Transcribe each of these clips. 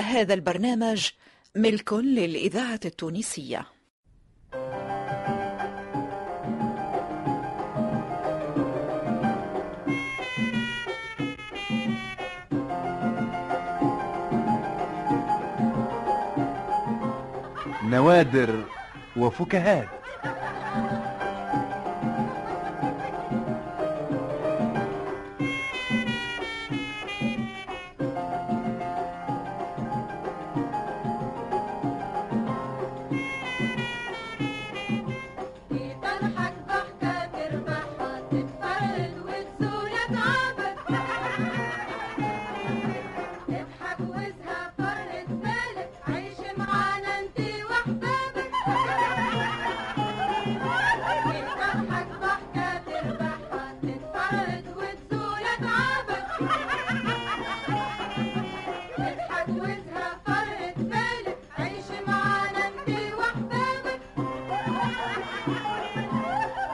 هذا البرنامج ملك للإذاعة التونسية نوادر وفكاهات تضحك ضحكة تربحها تتفرد وتزولك عبد اضحك وازهى فرد بالك عيش معانا انتي واحبابك تضحك ضحكة تربحها تتفرد وتزولك عبد اضحك وازهى فرد بالك عيش معانا انتي واحبابك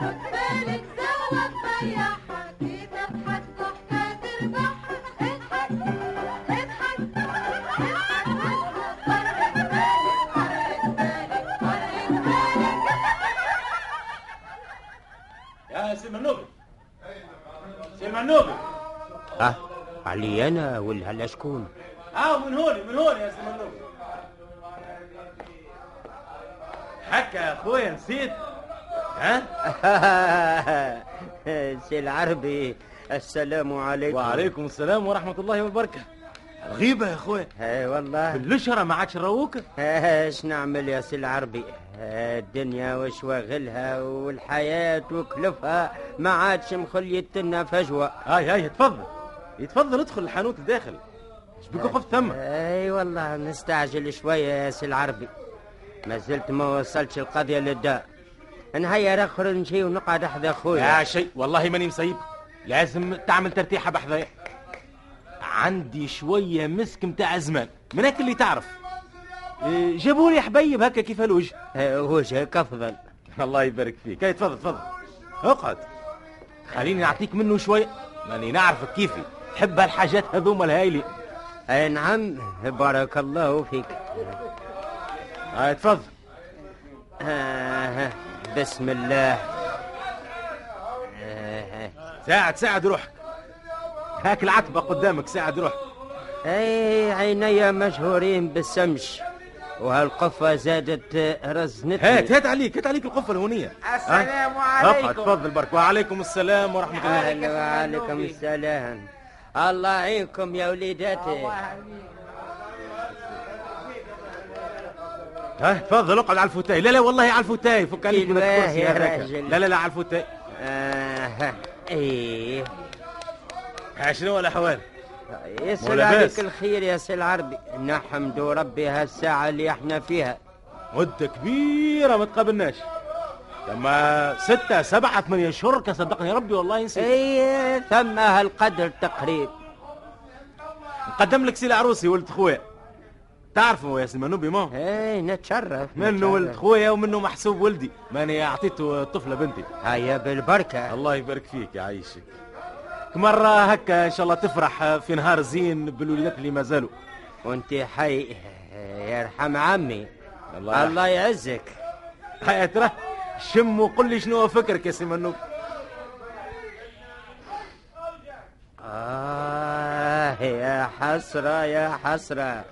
بالك زود بياحك تضحك ضحكة تربحك اضحك اضحك اضحك فرق بالك فرق بالك فرق بالك يا سيما النوبي سيما النوبي اه علي انا ولا على شكون اه من هوني من هوني يا سيما النوبي حكا يا خويا نسيت ها سي العربي السلام عليكم وعليكم السلام ورحمة الله وبركاته غيبة يا خويا اي والله بالشرة ما عادش نروك اش نعمل يا سي العربي آه، الدنيا وش واغلها والحياة وكلفها ما عادش مخليت لنا فجوة هاي هاي تفضل يتفضل ادخل الحانوت الداخل شبيك وقفت ثم اي والله نستعجل شوية يا سي العربي ما زلت ما وصلتش القضية للدار نهيا اخر نجي ونقعد حدا يا خويا شيء والله ماني مسيب لازم تعمل ترتيحة بحذايا عندي شوية مسك متاع زمان من هاك اللي تعرف إيه، جابوا لي حبيب هكا كيف الوجه آه، وجهك افضل الله يبارك فيك هاي تفضل تفضل اقعد خليني نعطيك منه شوية ماني نعرفك كيفي تحب هالحاجات هذوما الهايلة اي نعم بارك الله فيك هاي تفضل آه بسم الله آه ساعد ساعد روحك هاك العتبة قدامك ساعد روحك اي عيني مشهورين بالسمش وهالقفة زادت آه، رزنتني هات هات عليك هات عليك القفة الهونية السلام ها؟ اقعد عليكم تفضل برك وعليكم السلام ورحمة الله اهلا وعليكم السلام الله يعينكم يا وليداتي ها تفضل اقعد على الفوتاي لا لا والله على الفوتاي فك عليك من بالله الكرسي يا هذاك راجل. لا لا لا على الفوتاي آه ايه ها شنو الاحوال يسأل مولا عليك باس. الخير يا سي العربي نحمد ربي هالساعة اللي احنا فيها مدة كبيرة ما تقابلناش لما ستة سبعة ثمانية شهور كان صدقني ربي والله إيه. نسيت اي ثم هالقدر تقريب نقدم لك سيل عروسي ولد خويا تعرفه يا سي منوبي ما اي إيه، نتشرف منه نتشرف. ولد خويا ومنه محسوب ولدي ماني اعطيته طفلة بنتي هيا بالبركة الله يبارك فيك يعيشك مرة هكا ان شاء الله تفرح في نهار زين بالوليدات اللي ما زالوا وانت حي يرحم عمي الله الله, الله يعزك هيا ترى شم وقل لي شنو فكرك يا سي منوب آه يا حسرة يا حسرة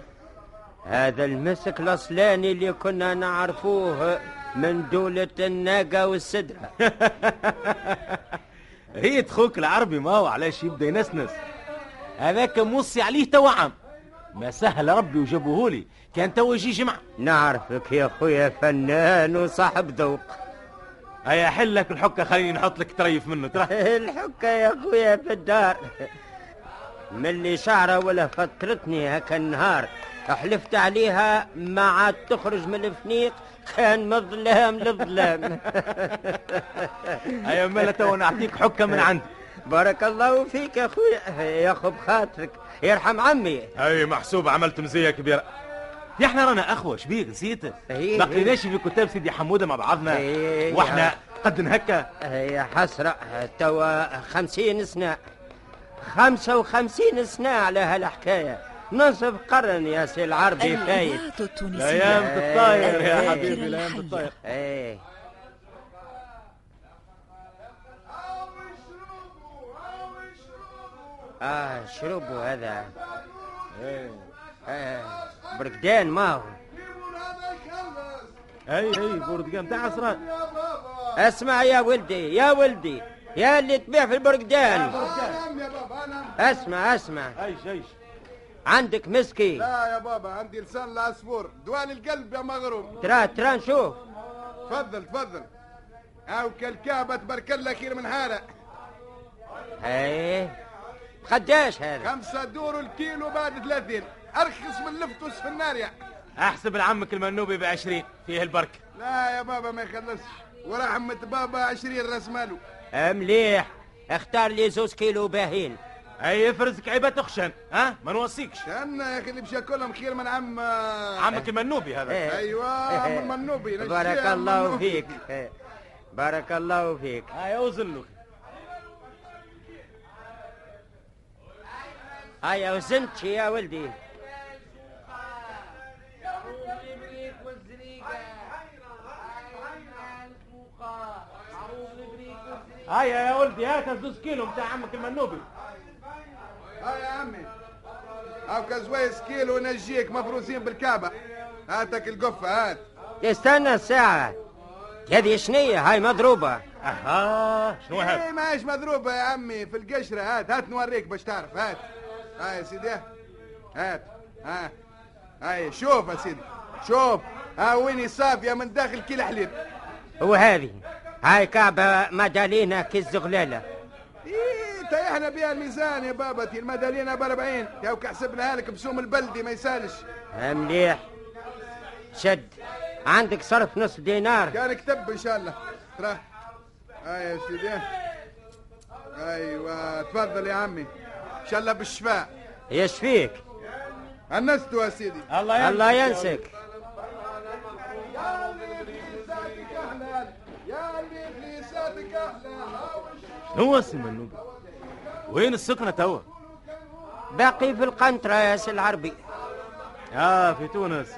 هذا المسك الأصلاني اللي كنا نعرفوه من دولة الناقة والسدرة هي تخوك العربي ما هو علاش يبدا ينسنس هذاك موصي عليه توعم ما سهل ربي وجابوهولي كان تو يجي جمع نعرفك يا خويا فنان وصاحب ذوق هيا حل لك الحكه خليني نحط لك طريف منه ترى الحكة يا خويا في الدار ملي شعرة ولا فترتني هكا النهار حلفت عليها ما عاد تخرج من الفنيق كان من ظلام لظلام هيا مالا تو نعطيك حكه من عندي بارك الله فيك يا خويا يا خو بخاطرك يرحم عمي هاي محسوب عملت مزيه كبيره يا احنا رانا اخوه شبيك نسيت إيه. ما لقيناش في كتاب سيدي حموده مع بعضنا إيه. واحنا قد هكا يا حسرة توا خمسين سنة خمسة وخمسين سنة على هالحكاية نصف قرن يا سي العربي فايت الإذاعة التونسية الايام تطاير يا الذاكرة حبيبي الايام تطاير ايه اه شربوا هذا آه بركدان ما هو اي اي بردقان تاع عصران اسمع يا ولدي يا ولدي يا اللي تبيع في البركدان يا بابا انا اسمع اسمع ايش ايش عندك مسكي لا يا بابا عندي لسان العصفور دوان القلب يا مغروم ترى ترى نشوف تفضل تفضل هاو كالكعبة تبارك الله خير من حالة ايه قداش هذا خمسة دور الكيلو بعد ثلاثين أرخص من لفتوس في النار يا احسب لعمك المنوبي بعشرين فيه البركه لا يا بابا ما يخلصش ورحمة بابا عشرين راس ماله آه، مليح اختار لي زوز كيلو باهين اي افرزك عيبه تخشن ها ما نوصيكش كأن يا أخي اللي بشاكلهم خير من عم عمك المنوبي هذا إيه. أيوة عم المنوبي نشتري بارك عم الله المنوبي. فيك إيه. بارك الله فيك هاي اوزن له هيا وزنت يا ولدي هيا يا ولدي هات الزوز كيلو نتاع عمك المنوبي ها آه يا عمي هاو كزويس كيلو نجيك مفروزين بالكعبة هاتك القفة هات استنى الساعة هذه شنية هاي مضروبة اها آه، شنو هذا ايه ماهيش مضروبة يا عمي في القشرة هات هات نوريك باش تعرف هات ها يا سيدي هات ها هاي شوف يا سيدي شوف ها ويني صافية من داخل كيل حليب وهذه هاي كعبة مدالينا كي الزغلالة ايه تيحنا بها الميزان يا بابا تي المدالينا ب 40 تو كحسبناها لك بسوم البلدي ما يسالش مليح شد عندك صرف نصف دينار كان كتب ان شاء الله ترى هاي يا سيدي ايوه تفضل يا عمي ان شاء الله بالشفاء يشفيك انستوا يا سيدي الله الله ينسك يا اللي بليساتك اهلا يا اللي بليساتك اهلا هاوش هو اسم المنوبي وين السكنه توا باقي في القنطرة يا سي العربي اه في تونس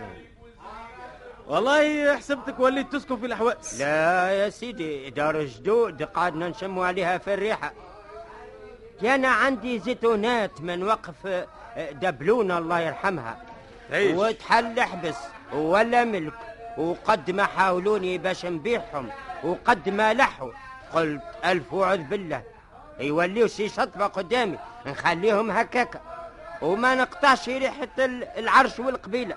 والله حسبتك وليت تسكن في الاحواس لا يا سيدي دار الجدود قعدنا نشموا عليها في الريحة أنا عندي زيتونات من وقف آه، دبلون الله يرحمها تعيش. وتحل حبس ولا ملك وقد ما حاولوني باش نبيعهم وقد ما لحوا قلت ألف وعذ بالله يوليوش شطبة قدامي نخليهم هكاكا وما نقطعش ريحة ال- العرش والقبيلة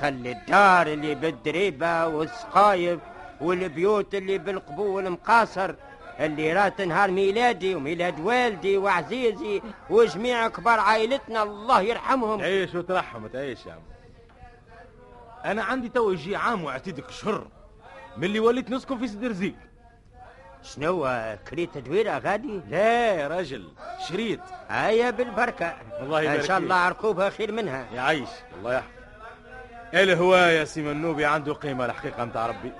خلي الدار اللي بالدريبة والسقايب والبيوت اللي بالقبول مقاصر اللي رات نهار ميلادي وميلاد والدي وعزيزي وجميع كبار عائلتنا الله يرحمهم تعيش وترحم تعيش يا عم انا عندي تو يجي عام واعتدك شهر من اللي وليت نسكن في سدر زيك شنو كريت دويرة غادي؟ لا ايه يا راجل شريط هيا بالبركة الله يبارك إن شاء فيك. الله عرقوبها خير منها يعيش الله يحفظ إيه الهواية سي منوبي عنده قيمة الحقيقة نتاع ربي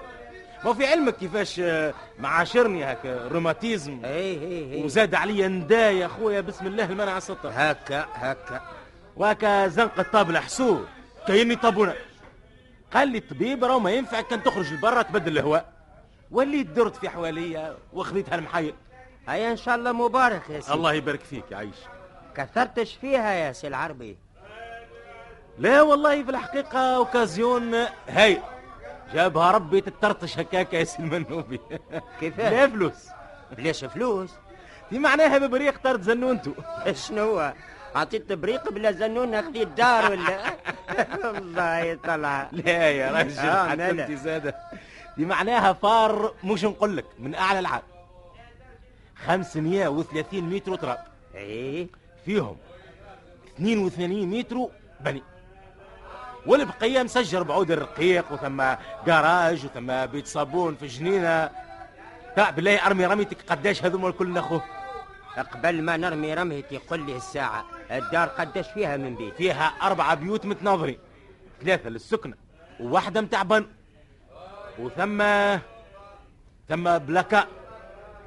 ما في علمك كيفاش آه، معاشرني هكا روماتيزم اي اي اي وزاد عليا نداية اخويا بسم الله المنع السطر هكا هكا وهكا زنقة طابلة حسور كأني طابونة قال لي الطبيب راهو ما ينفع كان تخرج لبرا تبدل الهواء وليت درت في حواليا وخذيتها المحايل هيا ان شاء الله مبارك يا سي الله يبارك فيك يعيش كثرتش فيها يا سي العربي لا والله في الحقيقة اوكازيون هاي جابها ربي تترطش هكاك يا سي المنوبي كيفاه؟ لا فلوس ليش فلوس؟ دي معناها ببريق طرد زنونتو شنو عطيت بريق بلا زنون خلي الدار ولا والله طلع لا يا رجل آه، لا، لا. حتمتي زادة دي معناها فار مش نقول لك من اعلى العاب 530 متر تراب اي فيهم 82 متر بني والبقية مسجر بعود الرقيق وثم جراج وثم بيت صابون في جنينة تاع بالله ارمي رميتك قداش هذوما الكل ناخوه قبل ما نرمي رميتي قل لي الساعة الدار قداش فيها من بيت فيها أربعة بيوت متناظرين ثلاثة للسكنة وواحدة متاع بن وثم ثم بلاكا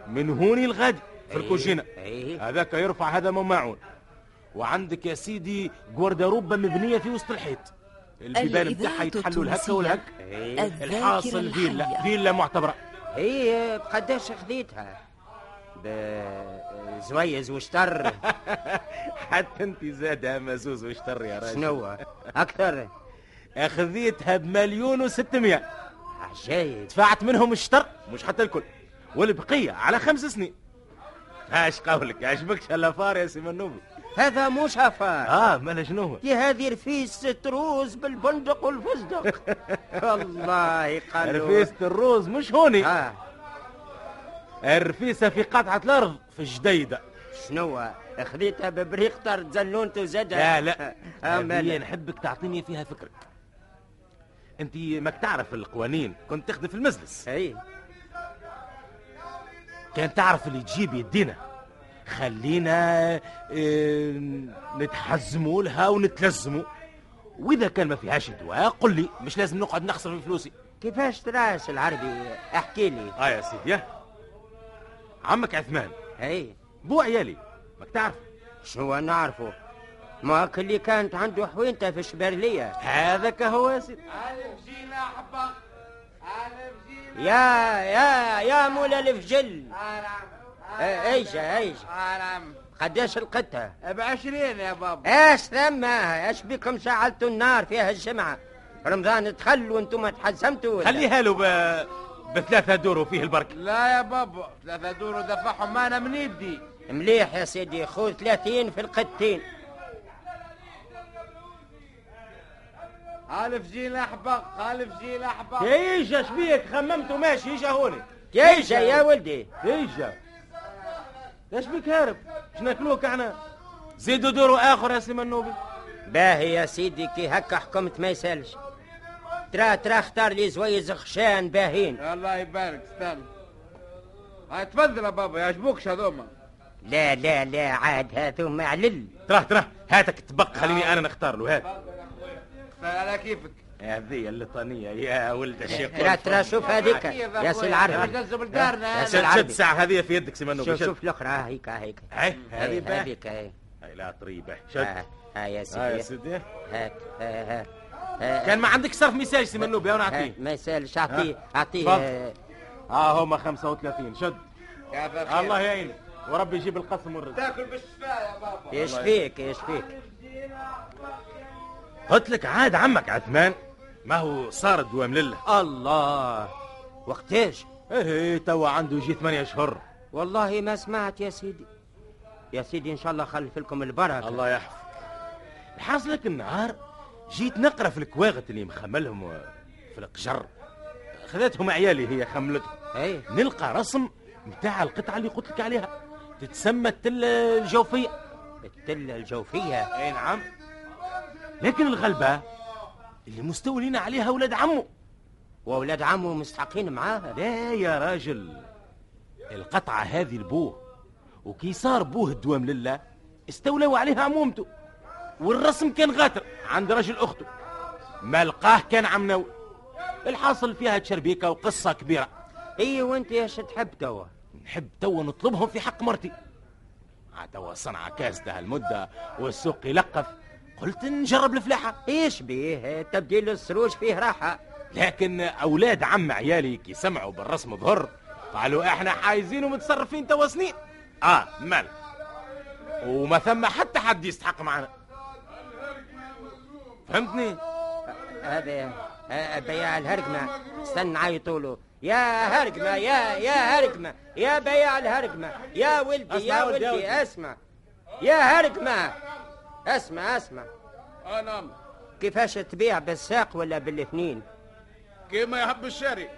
من هوني لغادي في الكوجينة إيه. هذاك يرفع هذا ما معون وعندك يا سيدي جواردروبة مبنية في وسط الحيط البيبان بتاعها الإذاعة يتحلوا الهكا التونسية. والهك إيه. الذاكرة الحاصل فيلا الحية. فيلا معتبرة هي بقداش خذيتها بزويز وشتر حتى انت زادها مزوز واشتر يا راجل شنو اكثر اخذيتها بمليون وستمية عجايب دفعت منهم الشطر آه، مش حتى الكل والبقية على خمس سنين اش قولك عجبكش هالافار يا سي منوبي هذا مو شفر اه مالا شنو هو يا هذه رفيس تروز بالبندق والفزدق والله قالوا رفيسة الروز مش هوني اه الرفيسة في قطعة الأرض في جديدة شنو خذيتها ببريق طرد زلونت وزادها لا آه، لا هذه امل نحبك تعطيني فيها فكرك انت ماك تعرف القوانين كنت تخدم في المجلس اي كان تعرف اللي تجيب يدينا خلينا اه نتحزموا لها ونتلزموا واذا كان ما فيهاش دواء قل لي مش لازم نقعد نخسر في فلوسي كيفاش تراش العربي احكي لي اه يا سيدي يا. عمك عثمان اي بو عيالي ماك تعرف شنو نعرفه ما كل اللي كانت عنده حوينته في الشبرليه هذاك هو يا سيدي ألف جيل أحبق ألف جيل يا يا يا مولا الفجل حرام إيه، ايجا ايجا حرام قداش لقيتها بعشرين يا بابا ايش ثما ايش بكم شعلتوا النار فيها الجمعه رمضان دخل وانتم تحزمتوا ولا؟ خليها له ب... بثلاثة دور وفيه البركة لا يا بابا ثلاثة دور ودفعهم أنا من يدي مليح يا سيدي خذ 30 في القتين ألف جيل أحبق ألف جيل أحبق ايجا شبيك خممت وماشي ايجا هوني ايجا يا ولدي ايجا ايش بك هارب شناكلوك احنا زيدوا دوروا اخر يا سي منوبي باهي يا سيدي كي هكا حكمت ما يسالش ترى ترى اختار لي زويز خشان باهين الله يبارك استنى هاي تفضل يا بابا يعجبوكش هذوما لا لا لا عاد هذوما علل تراه تراه هاتك تبق خليني انا نختار له هات استنى على كيفك هذه اللطانية يا ولد الشيخ ترى ترى شوف هذيك يا سي العربي نجز بدارنا يا أنا. سي شد شد العربي. ساعة هذه في يدك سي منوبي شوف إيه، شد شوف الاخرى هيك هيك هاي هذه هاي، باه هذيك هاي هاي لا طريبة شد ها ها يا ها يا سيدي سيدي هاك ها ها ها. كان ما عندك صرف ميساج سي منوبي انا ها، اعطيه ما يسالش اعطيه ها. اعطيه تفضل. آه، ها هما 35 شد يا ذا الخير. الله يعينك وربي يجيب القسم والرزق تاكل بالشفاء يا بابا يشفيك يشفيك قلت لك عاد عمك عثمان ما هو صار دوام لله الله وقتاش ايه توا عنده يجي ثمانية شهور والله ما سمعت يا سيدي يا سيدي ان شاء الله خلف لكم البركه الله يحفظك حصلك النهار جيت نقرا في الكواغت اللي مخملهم في القجر خذتهم عيالي هي خملتهم اي نلقى رسم متاع القطعه اللي قلت لك عليها تتسمى التله الجوفيه التله الجوفيه اي نعم لكن الغلبه اللي مستولين عليها ولاد عمه واولاد عمه مستحقين معاها لا يا راجل القطعه هذه لبوه وكي صار بوه الدوام لله استولوا عليها عمومته والرسم كان غاتر عند رجل اخته ما لقاه كان عم نوي الحاصل فيها تشربيكه وقصه كبيره اي وانت ايش تحب توا نحب توا نطلبهم في حق مرتي آه، عاد توا صنعة كاسدة هالمدة والسوق يلقف قلت نجرب الفلاحة ايش بيه تبديل السروج فيه راحه لكن أولاد عم عيالي كي سمعوا بالرسم ظهر قالوا احنا حايزين ومتصرفين توا سنين اه مال وما ثم حتى حد يستحق معنا فهمتني هذا آه، بياع الهرقمة استنى عيطوا له يا هرقمة يا يا هرقمة يا بياع الهرقمة يا ولدي أسمع يا ولدي، يا ولدي. ولدي اسمع يا هرقمة اسمع اسمع أنا كيفاش تبيع بالساق ولا بالاثنين كيما يحب الشاري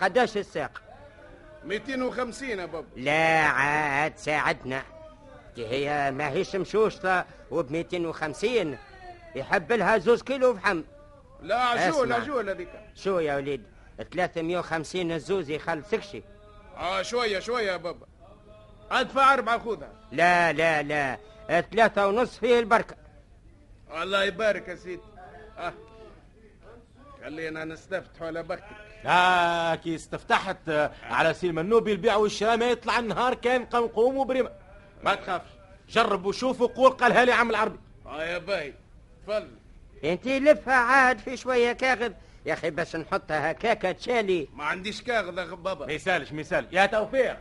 قداش الساق 250 يا بابا لا عاد ساعدنا كي هي ماهيش مشوشطة وب 250 يحب لها زوز كيلو فحم لا عجول اسمع. عجول هذيك شو يا وليد 350 الزوز يخلصكش اه شويه شويه يا بابا ادفع اربعه خذها لا لا لا ثلاثة ونص فيه البركة الله يبارك يا سيدي اه خلينا نستفتحوا على بختك آه كي استفتحت آه، على سير منوبي البيع والشراء ما يطلع النهار كان قمقوم وبرمة ما تخافش جرب وشوف وقول قالها لي عم العربي اه يا باي تفضل انت لفها عاد في شويه كاغذ يا اخي بس نحطها هكاك تشالي ما عنديش كاغذ يا ما غبابه يسالش ما يسال يا توفيق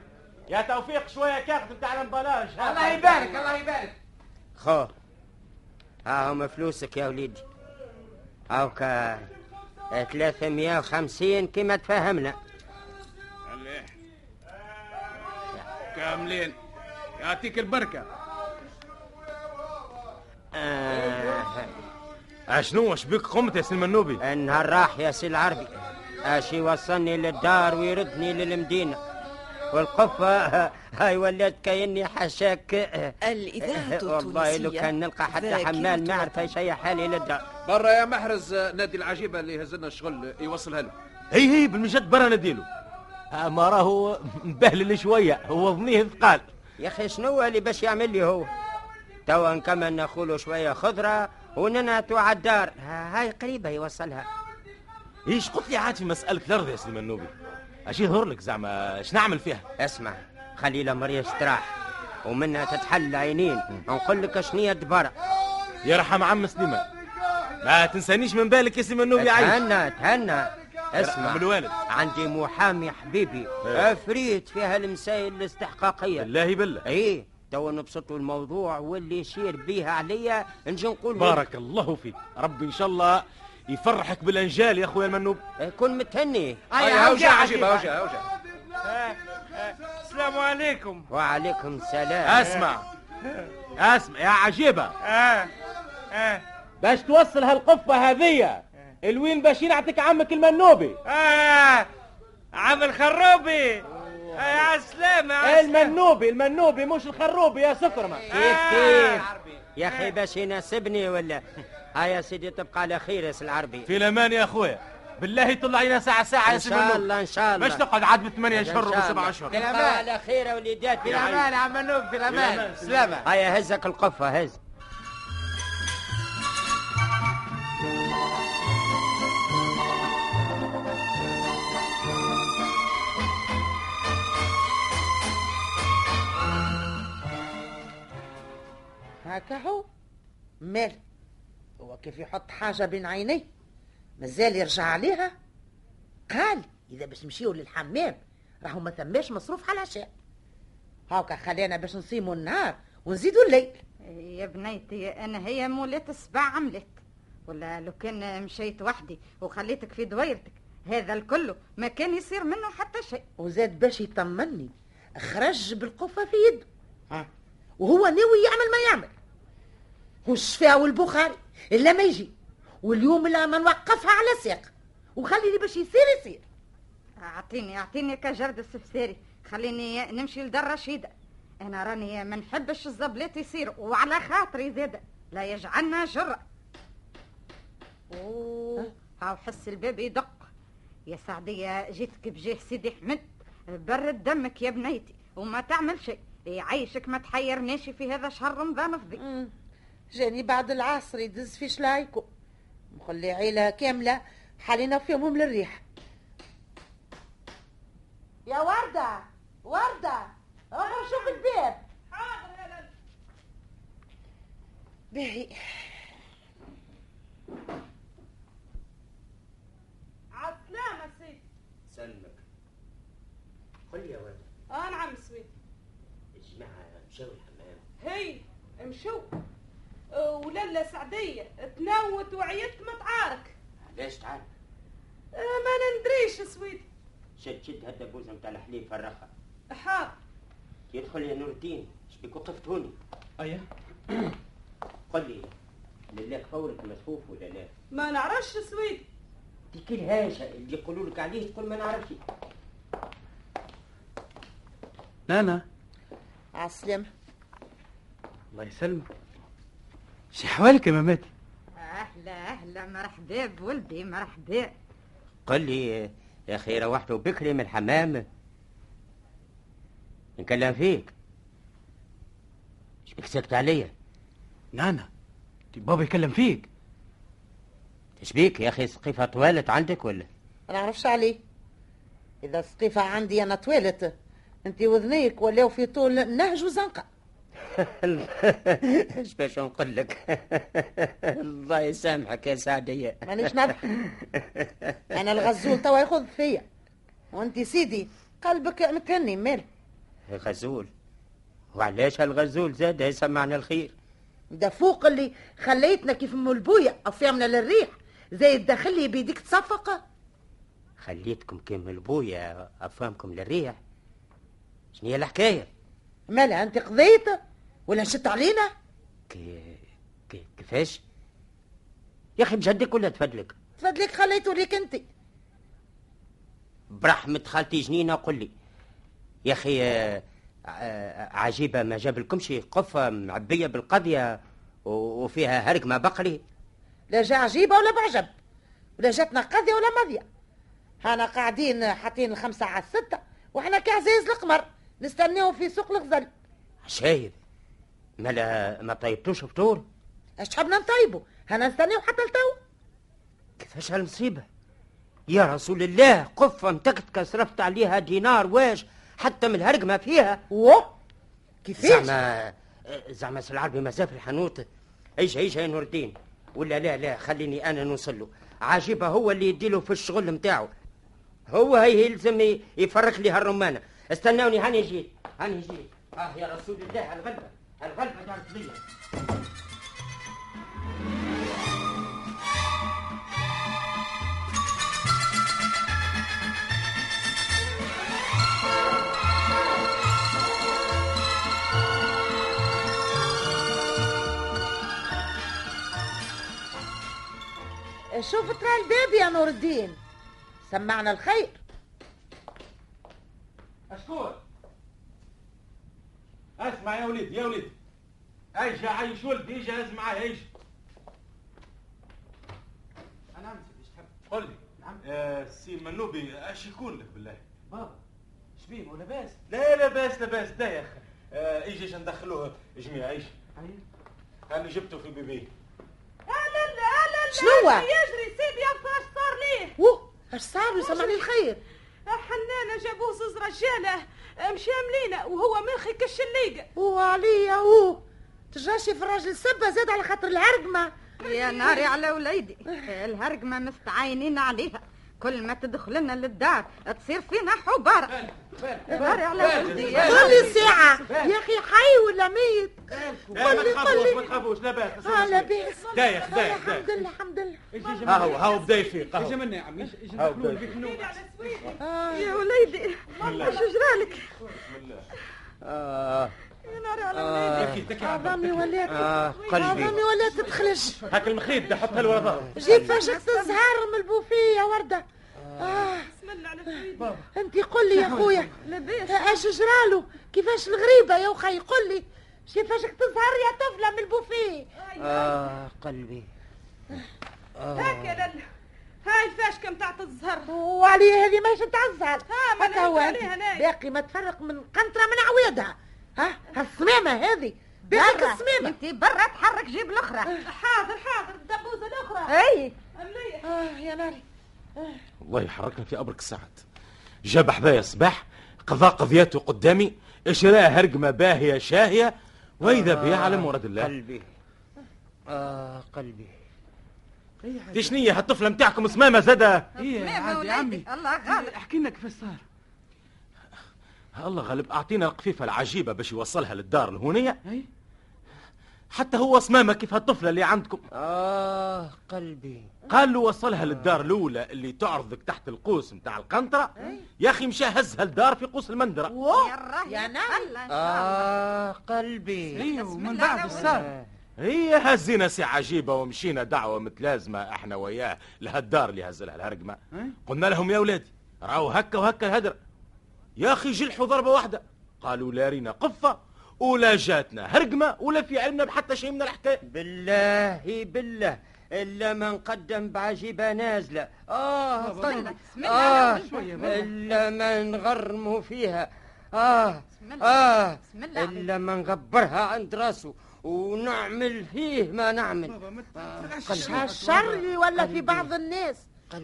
يا توفيق شويه كاخذ بتاع الامبلاج الله يبارك الله يبارك خو ها هم فلوسك يا وليدي آه، هاوكا 350 كما تفهمنا مليح كاملين يعطيك البركه آه. اشنو اش بك قمت يا سلم النوبي النهار راح يا سي العربي اش يوصلني للدار ويردني للمدينه والقفة آه، هاي ولات كأني حشاك آه. الإذاعة والله لو التونسية كان نلقى حتى ذاكرة حمال ما عرف الوطن. شي حالي للدار برا يا محرز آه، نادي العجيبه اللي هزلنا الشغل آه، يوصلها له هي هي بالمجد برا نديله آه، ما راهو مبهلل شويه هو ظنيه ثقال يا أخي شنو اللي باش يعمل لي هو توا نكمل ناخولو شوية خضرة وننعتو على الدار ها- هاي قريبة يوصلها ايش قلت لي عاد في مساله الارض يا سلم النوبي اش يظهر لك زعما اش نعمل فيها اسمع خلي الأمر يستراح ومنها تتحل عينين نقول لك شنية دبارة يرحم عم سليمان ما تنسانيش من بالك يا سلم النوبي عايش تهنى تهنى اسمع من الوالد. عندي محامي حبيبي إيه. عفريت في هالمسائل الاستحقاقية بالله بالله ايه توا نبسطوا الموضوع واللي يشير بيها عليا نجي نقول له- بارك الله فيك ربي ان شاء الله يفرحك بالانجال يا اخويا المنوب إيه، كن متهني هيا هوجه عجيبه هوجه هوجه السلام عليكم وعليكم السلام اسمع اسمع يا عجيبه اه آه. اه باش توصل هالقفه هذية الوين باش ينعتك عمك المنوبي آه، اه عم الخروبي آه، يا سلامة يا سلامة. المنوبي المنوبي مش الخروبي يا سكرمه كيف آه، كيف يا اخي باش يناسبني ولا ها يا سيدي تبقى على خير يا سي العربي في الامان يا اخويا بالله طلع لنا ساعه ساعه يا ان سيدي شاء المنوبي الله ان شاء الله باش تقعد عاد بثمانية إن شاء اشهر وسبع الله. اشهر تبقى على خير يا وليدات يا عم. يا عم النوب في الامان سلامة هيا هزك القفة هز هاكا هو مال هو كيف يحط حاجة بين عينيه مازال يرجع عليها قال إذا باش نمشيو للحمام راهو ما ثماش مصروف على العشاء هاكا خلينا باش نصيموا النهار ونزيدوا الليل يا بنيتي انا هي مولات السبع عملت ولا لو كان مشيت وحدي وخليتك في دويرتك هذا الكل ما كان يصير منه حتى شيء وزاد باش يطمني خرج بالقفة في يده ها وهو ناوي يعمل ما يعمل والشفاء والبخاري إلا ما يجي واليوم لا ما نوقفها على ساق وخلي اللي باش يصير يصير اعطيني اعطيني كجرد السفساري خليني نمشي لدار رشيده انا راني ما نحبش الزبلات يصير وعلى خاطري زاده لا يجعلنا جرأة اوه هاو حس الباب يدق يا سعدية جيتك بجاه سيدي حمد برد دمك يا بنيتي وما تعمل شيء يعيشك ما تحيرناش في هذا شهر رمضان فضي مم. جاني بعد العصر يدز في شلايكو نقول لي عيلة كاملة حالينا فيهم للريح يا وردة وردة اخر شوف الباب باهي عسلامة سيدي سلمك قل يا ولد اه نعم سويد الجماعة مشاو الحمام هي مشو آه، وللا سعدية تنوت وعيت ما تعارك ليش تعال آه، ما نندريش سويد شد شد هالدبوزة متاع الحليب فرقها حاضر يدخل يا نور الدين شبيك وقفت هوني أيه. قل لي لله فورك مسفوف ولا لا ما نعرفش سويد دي كل هاجة اللي يقولوا لك عليه تقول ما نعرفش نانا عالسلامة الله يسلمك شي حوالك يا مماتي اهلا اهلا مرحبا بولدي مرحبا قل لي يا اخي روحتوا بكري من الحمام نكلم فيك شبيك سكت عليا نانا دي بابا يكلم فيك شبيك يا اخي سقيفة طوالت عندك ولا ما نعرفش عليه إذا سقيفة عندي أنا طوالت أنت وذنيك ولاو في طول نهج وزنقة اش باش نقول لك الله يسامحك يا سعديه مانيش نضحك انا الغزول توا يخض فيا وانت سيدي قلبك متهني مال غزول وعلاش هالغزول زاد يسمعنا الخير ده فوق اللي خليتنا كيف ام البويا افيامنا للريح زايد داخل لي بيديك تصفقه خليتكم كيم البويا افهمكم للريح شنو هي الحكايه مالها انت قضيت ولا شت علينا كي... كي... كيفاش يا اخي مجدك ولا تفدلك تفضلك خليته ليك انت برحمه خالتي جنينه قل لي يا اخي آه، آه، عجيبه ما جاب لكمش قفه معبيه بالقضيه و- وفيها هرق ما بقري لا جا عجيبه ولا بعجب ولا جاتنا قاضيه ولا ماضيه هانا قاعدين حاطين الخمسه على السته واحنا كعزيز القمر نستناو في سوق الغزل شايب مالا ما طيبتوش فطور اش تحبنا نطيبو هانا نستناو حتى لتو كيفاش هالمصيبه يا رسول الله قفه متكتكه صرفت عليها دينار واش حتى من الهرق ما فيها واه كيفاش زعما زعما سي العربي مازال في الحانوت ايش ايش يا نور الدين ولا لا لا خليني انا نوصل له عاجبه هو اللي يديله في الشغل نتاعو هو هي يلزم ي- يفرك لي هالرمانه استنوني هاني جيت هاني جيت اه يا رسول الله الغلبه الغلبه دارت بيا شوف ترى الباب يا نور الدين سمعنا الخير اشكون اسمع يا وليد يا وليد ايش عايش ولدي ايش اسمع ايش انا امسك ايش تحب قل لي نعم. آه سي منوبي اش يكون لك بالله بابا شبيه هو لاباس لا لاباس لاباس ده يا اخي آه ايش ايش ندخلوه جميع ايش أيوه. انا جبته في بيبي هلا أه، لا هلا لا شنو؟ يجري سيدي يبقى اش صار ليه أه، واه اش صار لي سمعني الخير حنانة جابوه زوز رجالة مشى ملينا وهو منخي كالشليقة وعليا هو تجاشي في الراجل سبه زاد على خاطر العرقمه يا ناري على وليدي الهرقمة مستعينين عليها كل ما تدخل لنا للدار تصير فينا حبارة يا ناري على ولدي يا كل ناري. ساعه يا اخي حي ولا ميت لا ما قل لي، تخافوش قل ما لي. تخافوش لاباس اه لاباس ده يا أخي، ده يا أخي، ده يا أخي. آه، الحمد لله الحمد لله ها اه، هو ها هو بدا يفيق ها اجا هو. منا يا عمي اجا هاو دخلوا بدأ. بك نوم يا وليدي اش جرالك بسم الله آه يا ناري على تكي تكي عبد الله. عظامي ولات آه قلبي عظامي ولات تخلش هاك المخيط ده حطها لورا ظهرك جيب فشت الزهار من البوفيه يا ورده آه بسم الله على سيدي انت قل لي يا خويا اش جرالو كيفاش الغريبه يا وخي قل لي كيفاشك تظهر يا طفله من البوفيه آه قلبي هكا للا هاي الفاشكة متاعت الزهر وعليه هذه ماهيش نتاع الزهر ها، آه، ما هكا أنا هو قلت هذه. عليها أنا. باقي ما تفرق من قنطره من عويدها ها هالصمامه هذه هاك برا الصمامه انت برا تحرك جيب الاخرى حاضر حاضر الدبوزة الأخرى آه. اي مليح اه يا ناري الله يحركنا في ابرك الساعات جاب حذايا الصباح قضى قضيته قدامي اشراه هرقمه باهيه شاهيه واذا بها على مراد الله قلبي آه قلبي دي شنية هالطفله نتاعكم اسمها زاده ايه سلامة عاد يا عمي وليدي، الله غالب. إيه، احكي لنا كيفاش صار الله غالب اعطينا القفيفه العجيبه باش يوصلها للدار الهونيه اي حتى هو اسمامه كيف هالطفله اللي عندكم آه قلبي قال له وصلها للدار الاولى اللي تعرضك تحت القوس نتاع القنطره يا اخي مشى هزها الدار في قوس المندره يا نعم. الراهي يا ناري. الله إن شاء الله. آه قلبي اي بسم ومن الله بعد ايش الأول. صار هي هزينا سي عجيبة ومشينا دعوة متلازمة احنا وياه لهالدار اللي هزلها الهرقمة إيه؟ قلنا لهم يا ولادي راهو هكا وهكا الهدر يا أخي جلحوا ضربة واحدة قالوا لا رينا قفة ولا جاتنا هرقمة ولا في علمنا بحتى شيء من الحكاية بالله بالله إلا من قدم بعجيبة نازلة آه بسم الله، قلبي بسم الله، آه بسم الله. إلا من غرموا فيها آه بسم الله، آه بسم الله عليك. إلا من غبرها عند راسه ونعمل فيه ما نعمل آه، بابا ما قلبي. تفرقش هالشر اللي ولا في بعض الناس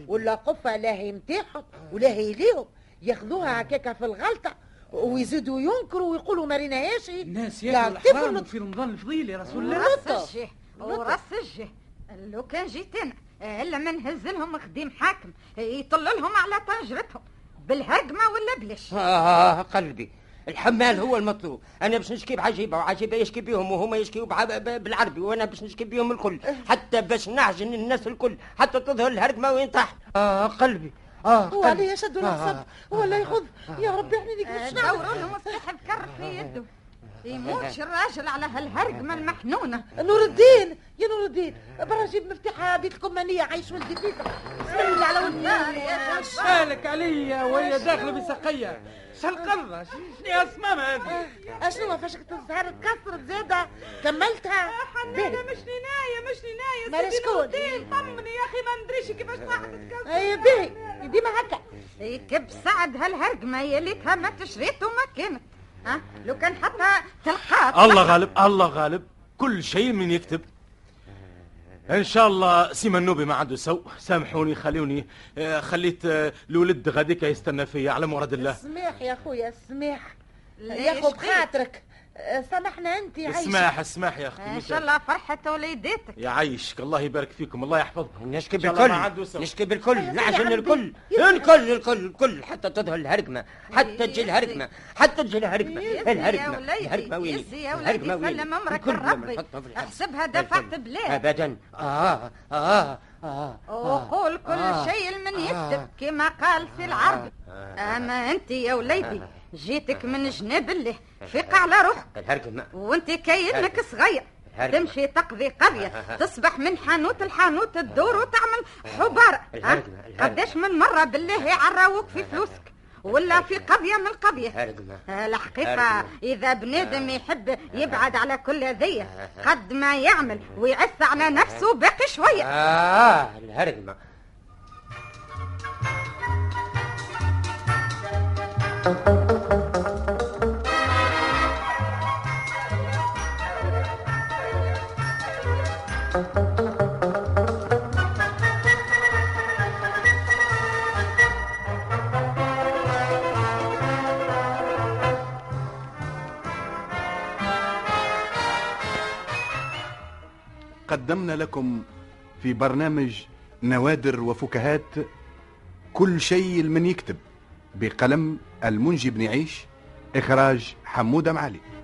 ولا قفه لا هي متاعهم ولا هي ليهم ياخذوها هكاكا في الغلطه ويزيدوا ينكروا ويقولوا ما ريناهاش الناس لا ياكلوا لطيف الحرام ولطف. في رمضان الفضيل يا رسول الله وراس الجه وراس الجه لو كان جيت انا الا ما نهز لهم خديم حاكم يطل لهم على طنجرتهم بالهجمه ولا بلاش آه قلبي الحمال هو المطلوب انا باش نشكي بعجيبه وعجيبه يشكي بيهم وهما يشكيوا بعب- ب- بالعربي وانا باش نشكي بيهم الكل حتى باش نعجن الناس الكل حتى تظهر الهرجمه وين تحت اه قلبي اه قلبي. وعليه شدوا آه. العصب ولا يخذ يا ربي احنا نقدرش آه، دوروا نعمل له مفتاح الكر في يده يموتش الراجل على هالهرجمه المحنونه نور الدين يا نور الدين برا جيب مفتاح بيت الكمانية عايش ولدي فيك بسم الله على ولدي آه. شالك عليا وهي داخله بسقيه شنقرة شنو اسمام هذه اشنو فاشك تزهر تكسرت زادة كملتها آه، حنانة مش ناية مش ناية مالا سيدي شكون؟ نوردين، طمني يا اخي ما ندريش كيفاش راح تتكسر اي به آه، ديما هكا يكب سعد هالهرجمه يا ليتها ما تشريت وما كانت ها لو كان حطها تلقاها الله غالب الله غالب كل شيء من يكتب ان شاء الله سيما النوبي ما عنده سو سامحوني خلوني آه، خليت آه، الولد غاديك يستنى فيا على مراد الله سماح يا خويا سماح ليش ياخو بيه؟ بخاطرك أه، سامحنا انت عايشة آه، اسمح اسمح يا اختي ان ميتة. شاء الله فرحه وليداتك يعيشك الله يبارك فيكم الله يحفظكم نشكي إن شاء الله ما بالكل عنده سو. نشكي أيوة، بالكل نعجن عمي. الكل الكل الكل الكل حتى تظهر الهرجمه حتى تجي الهرجمه حتى تجي الهرجمه يزي يا الهرجمه وليدي الهرجمه وين يزي يا وليدي سلم امرك لربي احسبها طيب، دفعت بلاد ابدا اه اه اه وقول كل آه. شيء من يكتب آه. كما قال في العرب آه. اما انت يا وليدي جيتك من جناب الله آه. فق على روحك الهرجمه وانت آه. كينك صغير الهرجمة. تمشي تقضي آه. قرية تصبح من حانوت لحانوت تدور وتعمل حبارة ها؟ الهرجمة، الهرجمة. قداش من مرة بالله يعراوك في فلوسك ولا في قضية من القضية الهرجمة. آه، الحقيقة الهرجمة. إذا بنادم يحب يبعد على كل أذية قد ما يعمل ويعث على نفسه باقي شوية اه الهرجمه قدمنا لكم في برنامج نوادر وفكاهات كل شيء من يكتب بقلم المنجي بن عيش إخراج حمودة معالي